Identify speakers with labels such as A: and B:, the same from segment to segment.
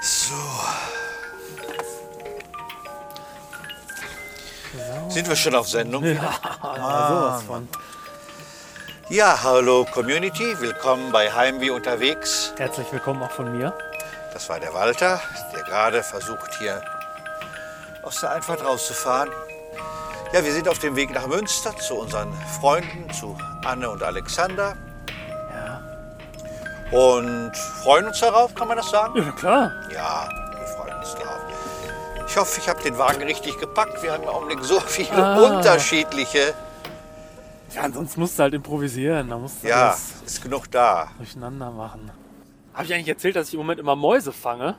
A: So. Sind wir schon auf Sendung? Ja,
B: sowas von.
A: ja hallo Community, willkommen bei Heimweh unterwegs.
B: Herzlich willkommen auch von mir.
A: Das war der Walter, der gerade versucht, hier aus der Einfahrt rauszufahren. Ja, wir sind auf dem Weg nach Münster zu unseren Freunden, zu Anne und Alexander.
B: Ja.
A: Und freuen uns darauf, kann man das sagen?
B: Ja, klar.
A: Ja, wir freuen uns drauf. Ich hoffe, ich habe den Wagen richtig gepackt. Wir haben im Augenblick so viele
B: Ah.
A: unterschiedliche.
B: Ja, ansonsten musst du halt improvisieren. Da musst du
A: Ja,
B: alles
A: ist genug da.
B: durcheinander machen. Habe ich eigentlich erzählt, dass ich im Moment immer Mäuse fange?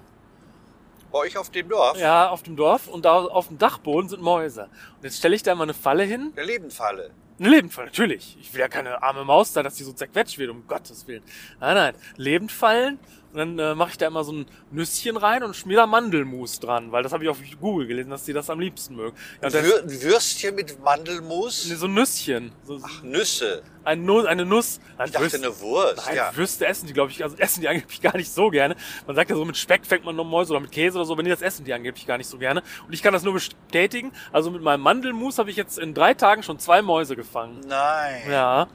A: Bei euch auf dem Dorf?
B: Ja, auf dem Dorf und da auf dem Dachboden sind Mäuse. Und jetzt stelle ich da mal eine Falle hin.
A: Der Lebenfalle.
B: Eine Lebendfalle, natürlich. Ich will ja keine arme Maus da, dass die so zerquetscht wird, um Gottes Willen. Nein, nein. Lebendfallen. Und dann äh, mache ich da immer so ein Nüsschen rein und schmier da Mandelmus dran, weil das habe ich auf Google gelesen, dass die das am liebsten mögen. Ja,
A: Ein
B: und dann-
A: Wür- ein Würstchen mit Mandelmus?
B: Nee, so ein Nüsschen. So,
A: Nüsse.
B: ein Nu eine Nuss. Ein
A: Ich dachte, eine Wurst.
B: Nein,
A: ja.
B: Würste essen die, glaube ich, also essen die angeblich gar nicht so gerne. Man sagt ja so, mit Speck fängt man noch Mäuse oder mit Käse oder so, aber nee, das essen die angeblich gar nicht so gerne. Und ich kann das nur bestätigen. Also mit meinem Mandelmus habe ich jetzt in drei Tagen schon zwei Mäuse gefangen.
A: Nein.
B: Ja.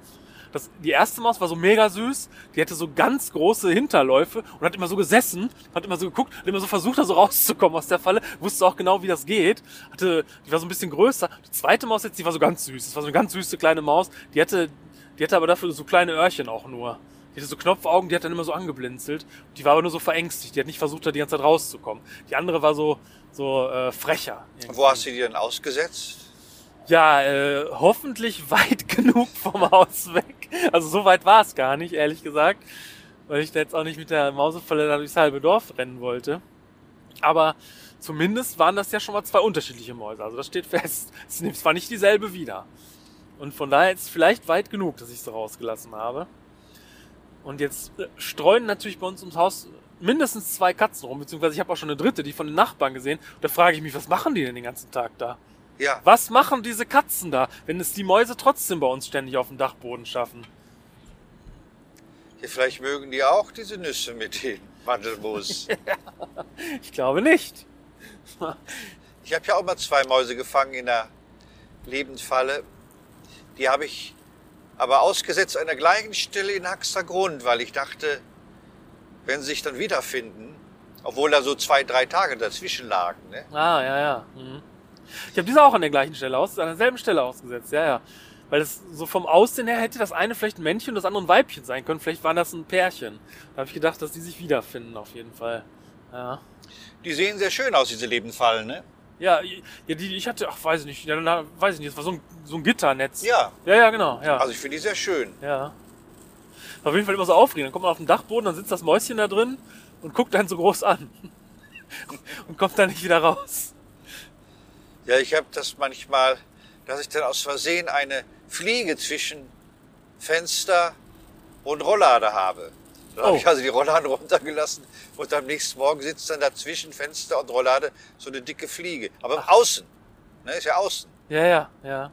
B: Das, die erste Maus war so mega süß, die hatte so ganz große Hinterläufe und hat immer so gesessen, hat immer so geguckt, hat immer so versucht, da so rauszukommen aus der Falle, wusste auch genau, wie das geht. Hatte, die war so ein bisschen größer. Die zweite Maus jetzt, die war so ganz süß. Das war so eine ganz süße kleine Maus. Die hatte, die hatte aber dafür so kleine Öhrchen auch nur. Die hatte so Knopfaugen, die hat dann immer so angeblinzelt. Die war aber nur so verängstigt, die hat nicht versucht, da die ganze Zeit rauszukommen. Die andere war so, so äh, frecher.
A: Wo hast du die denn ausgesetzt?
B: Ja, äh, hoffentlich weit genug vom Haus weg. Also so weit war es gar nicht, ehrlich gesagt. Weil ich da jetzt auch nicht mit der Mausefalle da durchs halbe Dorf rennen wollte. Aber zumindest waren das ja schon mal zwei unterschiedliche Mäuse. Also das steht fest. Es nimmt zwar nicht dieselbe wieder. Und von daher ist es vielleicht weit genug, dass ich sie rausgelassen habe. Und jetzt äh, streuen natürlich bei uns ums Haus mindestens zwei Katzen rum. Beziehungsweise ich habe auch schon eine dritte, die von den Nachbarn gesehen. Und da frage ich mich, was machen die denn den ganzen Tag da?
A: Ja.
B: Was machen diese Katzen da, wenn es die Mäuse trotzdem bei uns ständig auf dem Dachboden schaffen?
A: ja. Vielleicht mögen die auch diese Nüsse mit dem Mandelmus.
B: Ich glaube nicht.
A: Ich habe ja auch mal zwei Mäuse gefangen in der Lebendfalle. Die habe ich aber ausgesetzt an der gleichen Stelle in Haxter Grund, weil ich dachte, wenn sie sich dann wiederfinden, obwohl da so zwei, drei Tage dazwischen lagen. Ne?
B: Ah, ja, ja. Mhm. Ich habe diese auch an der gleichen Stelle aus, an derselben Stelle ausgesetzt, ja, ja. Weil das so vom Aussehen her hätte das eine vielleicht ein Männchen und das andere ein Weibchen sein können. Vielleicht waren das ein Pärchen. Da habe ich gedacht, dass die sich wiederfinden, auf jeden Fall. Ja.
A: Die sehen sehr schön aus, diese Lebendfallen. Ne?
B: Ja, i- ja die, die ich hatte, ach, weiß ich nicht, ja, na, weiß ich nicht, das war so ein, so ein Gitternetz.
A: Ja,
B: Ja, ja, genau, ja.
A: also ich finde die sehr schön.
B: Ja. Ist Auf jeden Fall immer so aufregend. Dann kommt man auf den Dachboden, dann sitzt das Mäuschen da drin und guckt einen so groß an. und kommt dann nicht wieder raus.
A: Ja, ich habe das manchmal, dass ich dann aus Versehen eine Fliege zwischen Fenster und Rolllader habe. Dann habe
B: Oh.
A: ich also die Rollladen runtergelassen und am nächsten Morgen sitzt dann dazwischen Fenster und Rolllade so eine dicke Fliege. Aber außen, ne, ist ja außen.
B: Ja, ja, ja.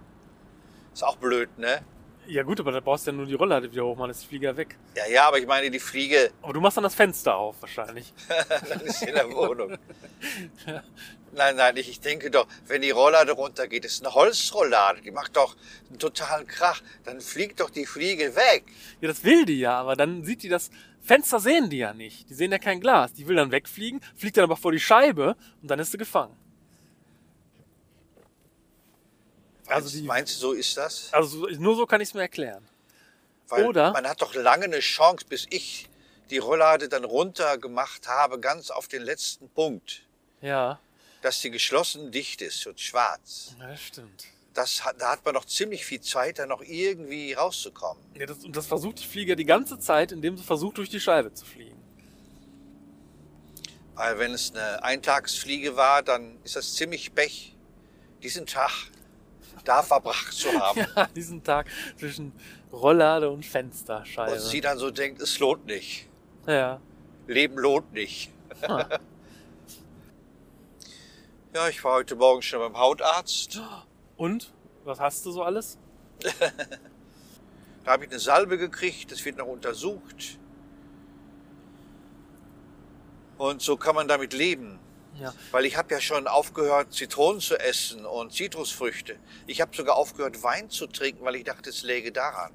A: Ist auch blöd, ne?
B: Ja gut, aber da brauchst du ja nur die Rolllade wieder hoch, man ist die Flieger weg.
A: Ja, ja, aber ich meine, die Fliege,
B: Aber du machst dann das Fenster auf wahrscheinlich.
A: dann ist sie in der Wohnung. Nein, nein, ich, ich denke doch, wenn die Rolllade runtergeht, ist eine Holzrolllade, die macht doch einen totalen Krach, dann fliegt doch die Fliege weg.
B: Ja, das will die ja, aber dann sieht die das. Fenster sehen die ja nicht. Die sehen ja kein Glas. Die will dann wegfliegen, fliegt dann aber vor die Scheibe und dann ist sie gefangen. Also
A: Meinst,
B: die-
A: meinst du, so ist das?
B: Also so- nur so kann ich es mir erklären.
A: Weil
B: Oder-
A: man hat doch lange eine Chance, bis ich die Rolllade dann runter gemacht habe, ganz auf den letzten Punkt,
B: Ja,
A: dass die geschlossen dicht ist und schwarz.
B: ja das stimmt.
A: Das, hat- da hat man noch ziemlich viel Zeit, da noch irgendwie rauszukommen.
B: Ja, das, und das versucht die Flieger die ganze Zeit, indem sie versucht, durch die Scheibe zu fliegen.
A: Weil wenn es eine Eintagsfliege war, dann ist das ziemlich Pech, diesen Tag da verbracht zu haben.
B: Ja, diesen Tag zwischen Rolllade und Fensterscheibe.
A: Und sie dann so denkt, es lohnt nicht.
B: ja.
A: Leben lohnt nicht.
B: Ah.
A: Ja, ich war heute Morgen schon beim Hautarzt.
B: Und? Was hast du so alles?
A: Da habe ich eine Salbe gekriegt, das wird noch untersucht. Und so kann man damit leben.
B: Ja.
A: Weil ich habe ja schon aufgehört, Zitronen zu essen und Zitrusfrüchte. Ich habe sogar aufgehört, Wein zu trinken, weil ich dachte, es läge daran.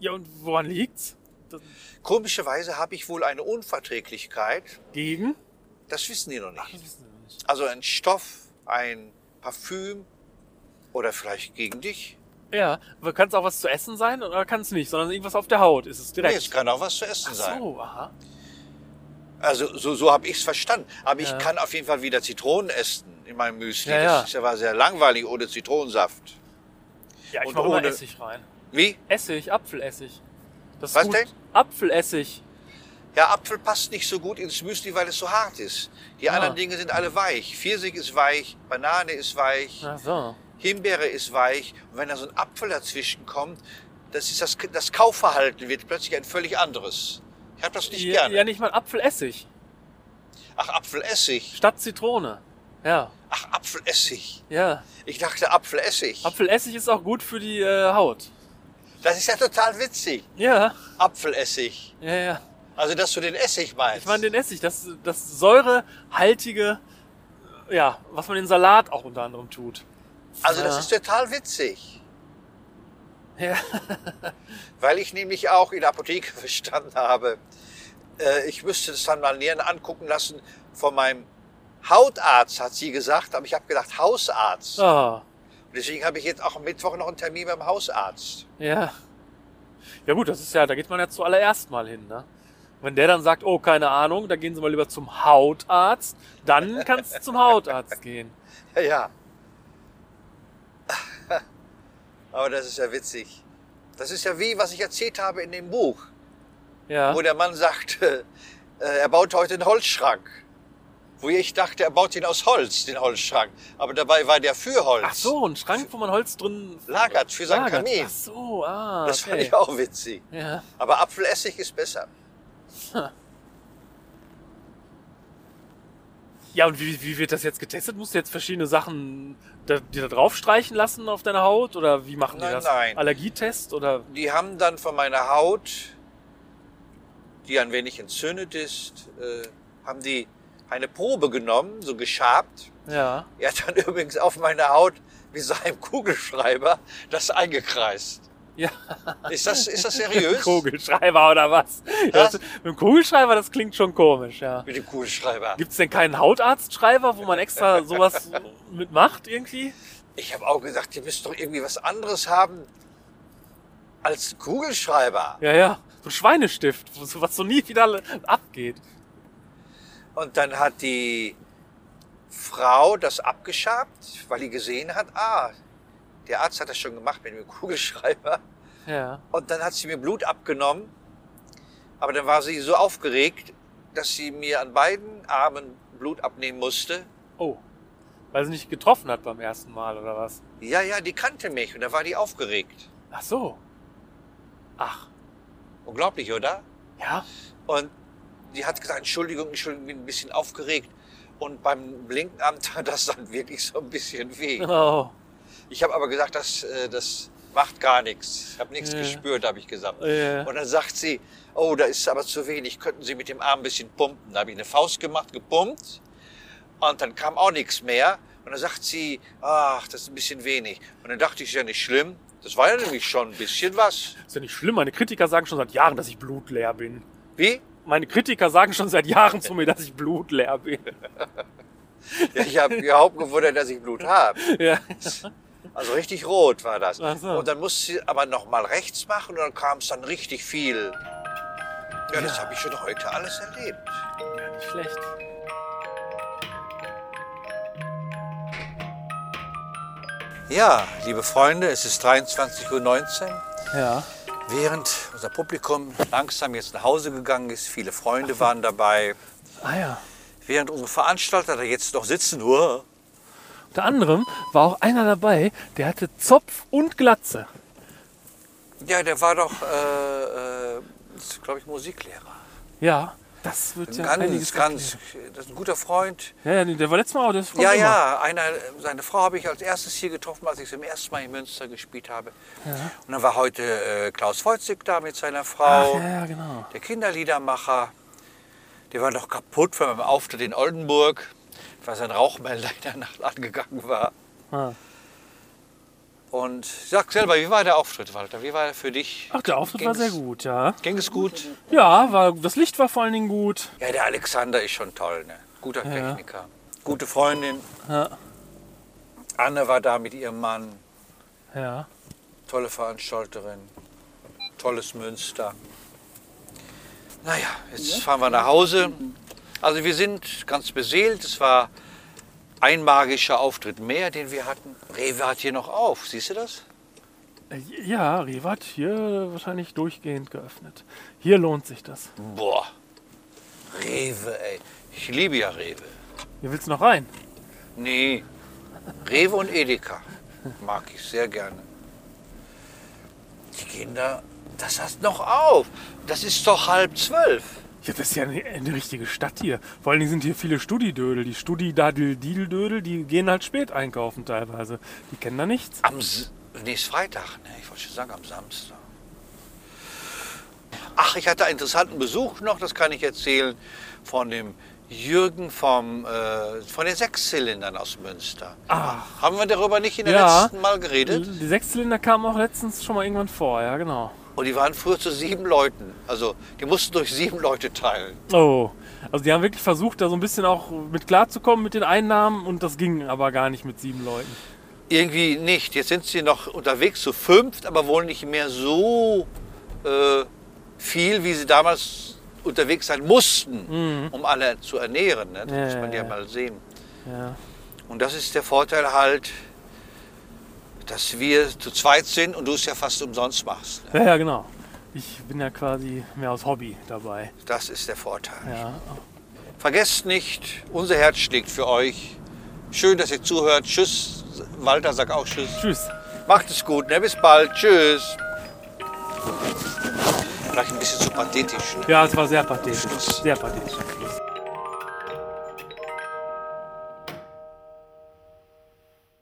B: Ja, und woran liegt's? Das,
A: Komischerweise habe ich wohl eine Unverträglichkeit.
B: gegen?
A: Das wissen die noch nicht.
B: Das wissen wir noch nicht.
A: Also ein Stoff, ein Parfüm oder vielleicht gegen dich.
B: Ja, aber kann es auch was zu essen sein oder kann es nicht, sondern irgendwas auf der Haut ist es
A: Nee,
B: direkt.
A: es kann auch was zu essen
B: Ach
A: sein.
B: so, aha.
A: Also so, so habe ich's verstanden. Aber
B: Ja.
A: ich kann auf jeden Fall wieder Zitronen essen in meinem Müsli.
B: Ja, ja.
A: Das ist ja war sehr langweilig ohne Zitronensaft.
B: Ja, ich
A: Und
B: mache immer
A: ohne-
B: Essig rein.
A: Wie?
B: Essig, Apfelessig. Das ist
A: Was
B: gut.
A: denn?
B: Apfelessig.
A: Ja, Apfel passt nicht so gut ins Müsli, weil es so hart ist. Die
B: Ah.
A: anderen Dinge sind alle weich. Pfirsich ist weich, Banane ist weich,
B: Ach so.
A: Himbeere ist weich. Und wenn da so ein Apfel dazwischen kommt, das ist das, das Kaufverhalten wird plötzlich ein völlig anderes. Ich habe das nicht
B: ja,
A: gerne.
B: ja, nicht mal Apfelessig.
A: Ach, Apfelessig.
B: Statt Zitrone. Ja,
A: Ach, Apfelessig.
B: ja.
A: Ich dachte Apfelessig.
B: Apfelessig ist auch gut für die äh, Haut.
A: das ist ja total witzig.
B: Ja,
A: Apfelessig.
B: ja, ja.
A: Also, dass du den Essig meinst.
B: Ich meine den Essig, das, das säurehaltige, äh, ja, was man in Salat auch unter anderem tut.
A: also, das
B: Ja.
A: ist total witzig.
B: Ja.
A: Weil ich nämlich auch in der Apotheke verstanden habe, äh, ich müsste das dann mal näher angucken lassen von meinem Hautarzt, hat sie gesagt, aber ich habe gedacht Hausarzt.
B: Ah,
A: Und Deswegen habe ich jetzt auch am Mittwoch noch einen Termin beim Hausarzt.
B: ja. Ja gut, das ist ja, da geht man ja zuallererst mal hin, ne? Wenn der dann sagt, oh, keine Ahnung, da gehen Sie mal lieber zum Hautarzt, dann kannst du zum Hautarzt gehen.
A: Ja, ja. Aber das ist ja witzig. Das ist ja wie, was ich erzählt habe in dem Buch,
B: Ja.
A: wo der Mann sagte, äh, er baut heute einen Holzschrank. Wo ich dachte, er baut ihn aus Holz, den Holzschrank. Aber dabei war der für Holz.
B: Ach so, ein Schrank, wo man Holz drin
A: Lagert für seinen
B: lagert.
A: Kamin.
B: Ach so, ah.
A: Das
B: okay.
A: fand ich auch witzig.
B: Ja.
A: Aber Apfelessig ist besser.
B: Ja, und wie, wie wird das jetzt getestet? Musst du jetzt verschiedene Sachen da, dir da drauf streichen lassen auf deine Haut? Oder wie machen die
A: Nein,
B: das?
A: nein.
B: Allergietest? Oder
A: Die haben dann von meiner Haut, die ein wenig entzündet ist, äh, haben die eine Probe genommen, so geschabt.
B: ja.
A: Er hat dann übrigens auf meiner Haut mit seinem Kugelschreiber das eingekreist.
B: Ja.
A: Ist das, ist das seriös?
B: Kugelschreiber oder was? Ja, das, mit dem Kugelschreiber, das klingt schon komisch, ja.
A: Mit dem Kugelschreiber.
B: Gibt's denn keinen Hautarztschreiber, wo man extra sowas mitmacht irgendwie?
A: Ich habe auch gesagt, ihr müsst doch irgendwie was anderes haben als einen Kugelschreiber.
B: Ja, ja. So ein Schweinestift, wo so- was so nie wieder abgeht.
A: Und dann hat die Frau das abgeschabt, weil die gesehen hat, ah, der Arzt hat das schon gemacht mit dem Kugelschreiber.
B: Ja.
A: Und dann hat sie mir Blut abgenommen. Aber dann war sie so aufgeregt, dass sie mir an beiden Armen Blut abnehmen musste.
B: Oh. Weil sie nicht getroffen hat beim ersten Mal oder was?
A: Ja, ja, die kannte mich und da war die aufgeregt.
B: Ach so. Ach.
A: Unglaublich, oder?
B: Ja.
A: Und die hat gesagt, Entschuldigung, Entschuldigung, bin ein bisschen aufgeregt. Und beim linken Arm tat das dann wirklich so ein bisschen weh.
B: Oh.
A: Ich habe aber gesagt, das, äh, das macht gar nichts. Ich habe nichts
B: Ja.
A: gespürt, habe ich gesagt.
B: Äh.
A: Und dann sagt sie, oh, da ist aber zu wenig, könnten Sie mit dem Arm ein bisschen pumpen. Da habe ich eine Faust gemacht, gepumpt und dann kam auch nichts mehr. Und dann sagt sie, ach, das ist ein bisschen wenig. Und dann dachte ich, ist ja nicht schlimm. Das war ja nämlich schon ein bisschen was.
B: Ist ja nicht schlimm. Meine Kritiker sagen schon seit Jahren, dass ich blutleer bin.
A: Wie?
B: Meine Kritiker sagen schon seit Jahren zu mir, dass ich blutleer bin.
A: Ja, ich habe überhaupt gewundert, dass ich Blut habe.
B: Ja.
A: Also richtig rot war das.
B: Ach so.
A: Und dann musste sie aber nochmal rechts machen und dann kam es dann richtig viel. Ja, das
B: Ja.
A: habe ich schon heute alles erlebt.
B: ja nicht schlecht.
A: Ja, liebe Freunde, es ist 23.19 Uhr.
B: Ja.
A: Während unser Publikum langsam jetzt nach Hause gegangen ist, viele Freunde waren dabei.
B: Ah ja.
A: Während unsere Veranstalter da jetzt noch sitzen, oh. uah,
B: Unter anderem war auch einer dabei, der hatte Zopf und Glatze.
A: ja, der war doch, äh, äh, glaube ich, Musiklehrer.
B: Ja. Das wird ja
A: Ganz,
B: einiges
A: ganz, das ist ein guter Freund.
B: erklären. Ja, ja, nee, der war letztes Mal auch. Der kommt
A: Ja,
B: immer.
A: ja, einer, seine Frau habe ich als erstes hier getroffen, als ich zum ersten Mal in Münster gespielt habe. Und dann war heute äh, Klaus Voitzig da mit seiner
B: Ach,
A: Frau,
B: ja, ja, genau.
A: der Kinderliedermacher. Die waren doch kaputt von meinem Auftritt in Oldenburg, weil sein Rauchmelder in der Nacht angegangen war.
B: Ah.
A: Und sag selber, wie war der Auftritt, Walter? Wie war er für dich?
B: Ach, der Auftritt war
A: Ging's-
B: sehr gut, ja.
A: Ging es gut?
B: Ja, war, das Licht war vor allen Dingen gut.
A: Ja, der Alexander ist schon toll, ne? Guter Techniker. Gute Freundin.
B: Ja.
A: Anne war da mit ihrem Mann.
B: Ja.
A: Tolle Veranstalterin. Tolles Münster. Naja, jetzt fahren wir nach Hause. Also wir sind ganz beseelt. Es war ein magischer Auftritt mehr, den wir hatten. Rewe hat hier noch auf. Siehst du das?
B: Äh, Ja, Rewe hat hier wahrscheinlich durchgehend geöffnet. Hier lohnt sich das.
A: Boah. Rewe, ey. Ich liebe ja Rewe.
B: Hier willst du noch rein?
A: Nee. Rewe und Edeka mag ich sehr gerne. Die Kinder, das hat noch auf. Das ist doch halb zwölf.
B: Ja, das ist ja eine, eine richtige Stadt hier. Vor allen Dingen sind hier viele Studidödel. Die Studidadel-Didel-Dödel, die gehen halt spät einkaufen teilweise. Die kennen da nichts.
A: Am S nee, ist Freitag. Ne? Ich wollte schon sagen, am Samstag. Ach, ich hatte einen interessanten Besuch noch, das kann ich erzählen, von dem Jürgen vom, äh, von den Sechszylindern aus Münster.
B: Ach.
A: Haben wir darüber nicht in der
B: Ja. Mhm.
A: letzten Mal geredet?
B: Die Sechszylinder kamen auch letztens schon mal irgendwann vor, ja, genau.
A: Und die waren früher zu sieben Leuten. Also, die mussten durch sieben Leute teilen.
B: Oh. Also die haben wirklich versucht, da so ein bisschen auch mit klarzukommen mit den Einnahmen und das ging aber gar nicht mit sieben Leuten.
A: Irgendwie nicht. Jetzt sind sie noch unterwegs zu fünft, aber wohl nicht mehr so äh, viel, wie sie damals unterwegs sein mussten, um alle zu ernähren. Ne? Das
B: Mhm. Ja,
A: muss man
B: ja,
A: ja
B: ja.
A: mal sehen.
B: Ja.
A: Und das ist der Vorteil halt, dass wir zu zweit sind und du es ja fast umsonst machst. Ne?
B: Ja, ja, genau. Ich bin ja quasi mehr aus Hobby dabei.
A: Das ist der Vorteil.
B: Ja.
A: Vergesst nicht, unser Herz schlägt für euch. Schön, dass ihr zuhört. Tschüss. Walter, sag auch Tschüss.
B: Tschüss.
A: Macht es gut, ne? Bis bald. Tschüss. Vielleicht ein bisschen zu pathetisch. Ne?
B: Ja, es war sehr pathetisch.
A: Schluss.
B: Sehr pathetisch.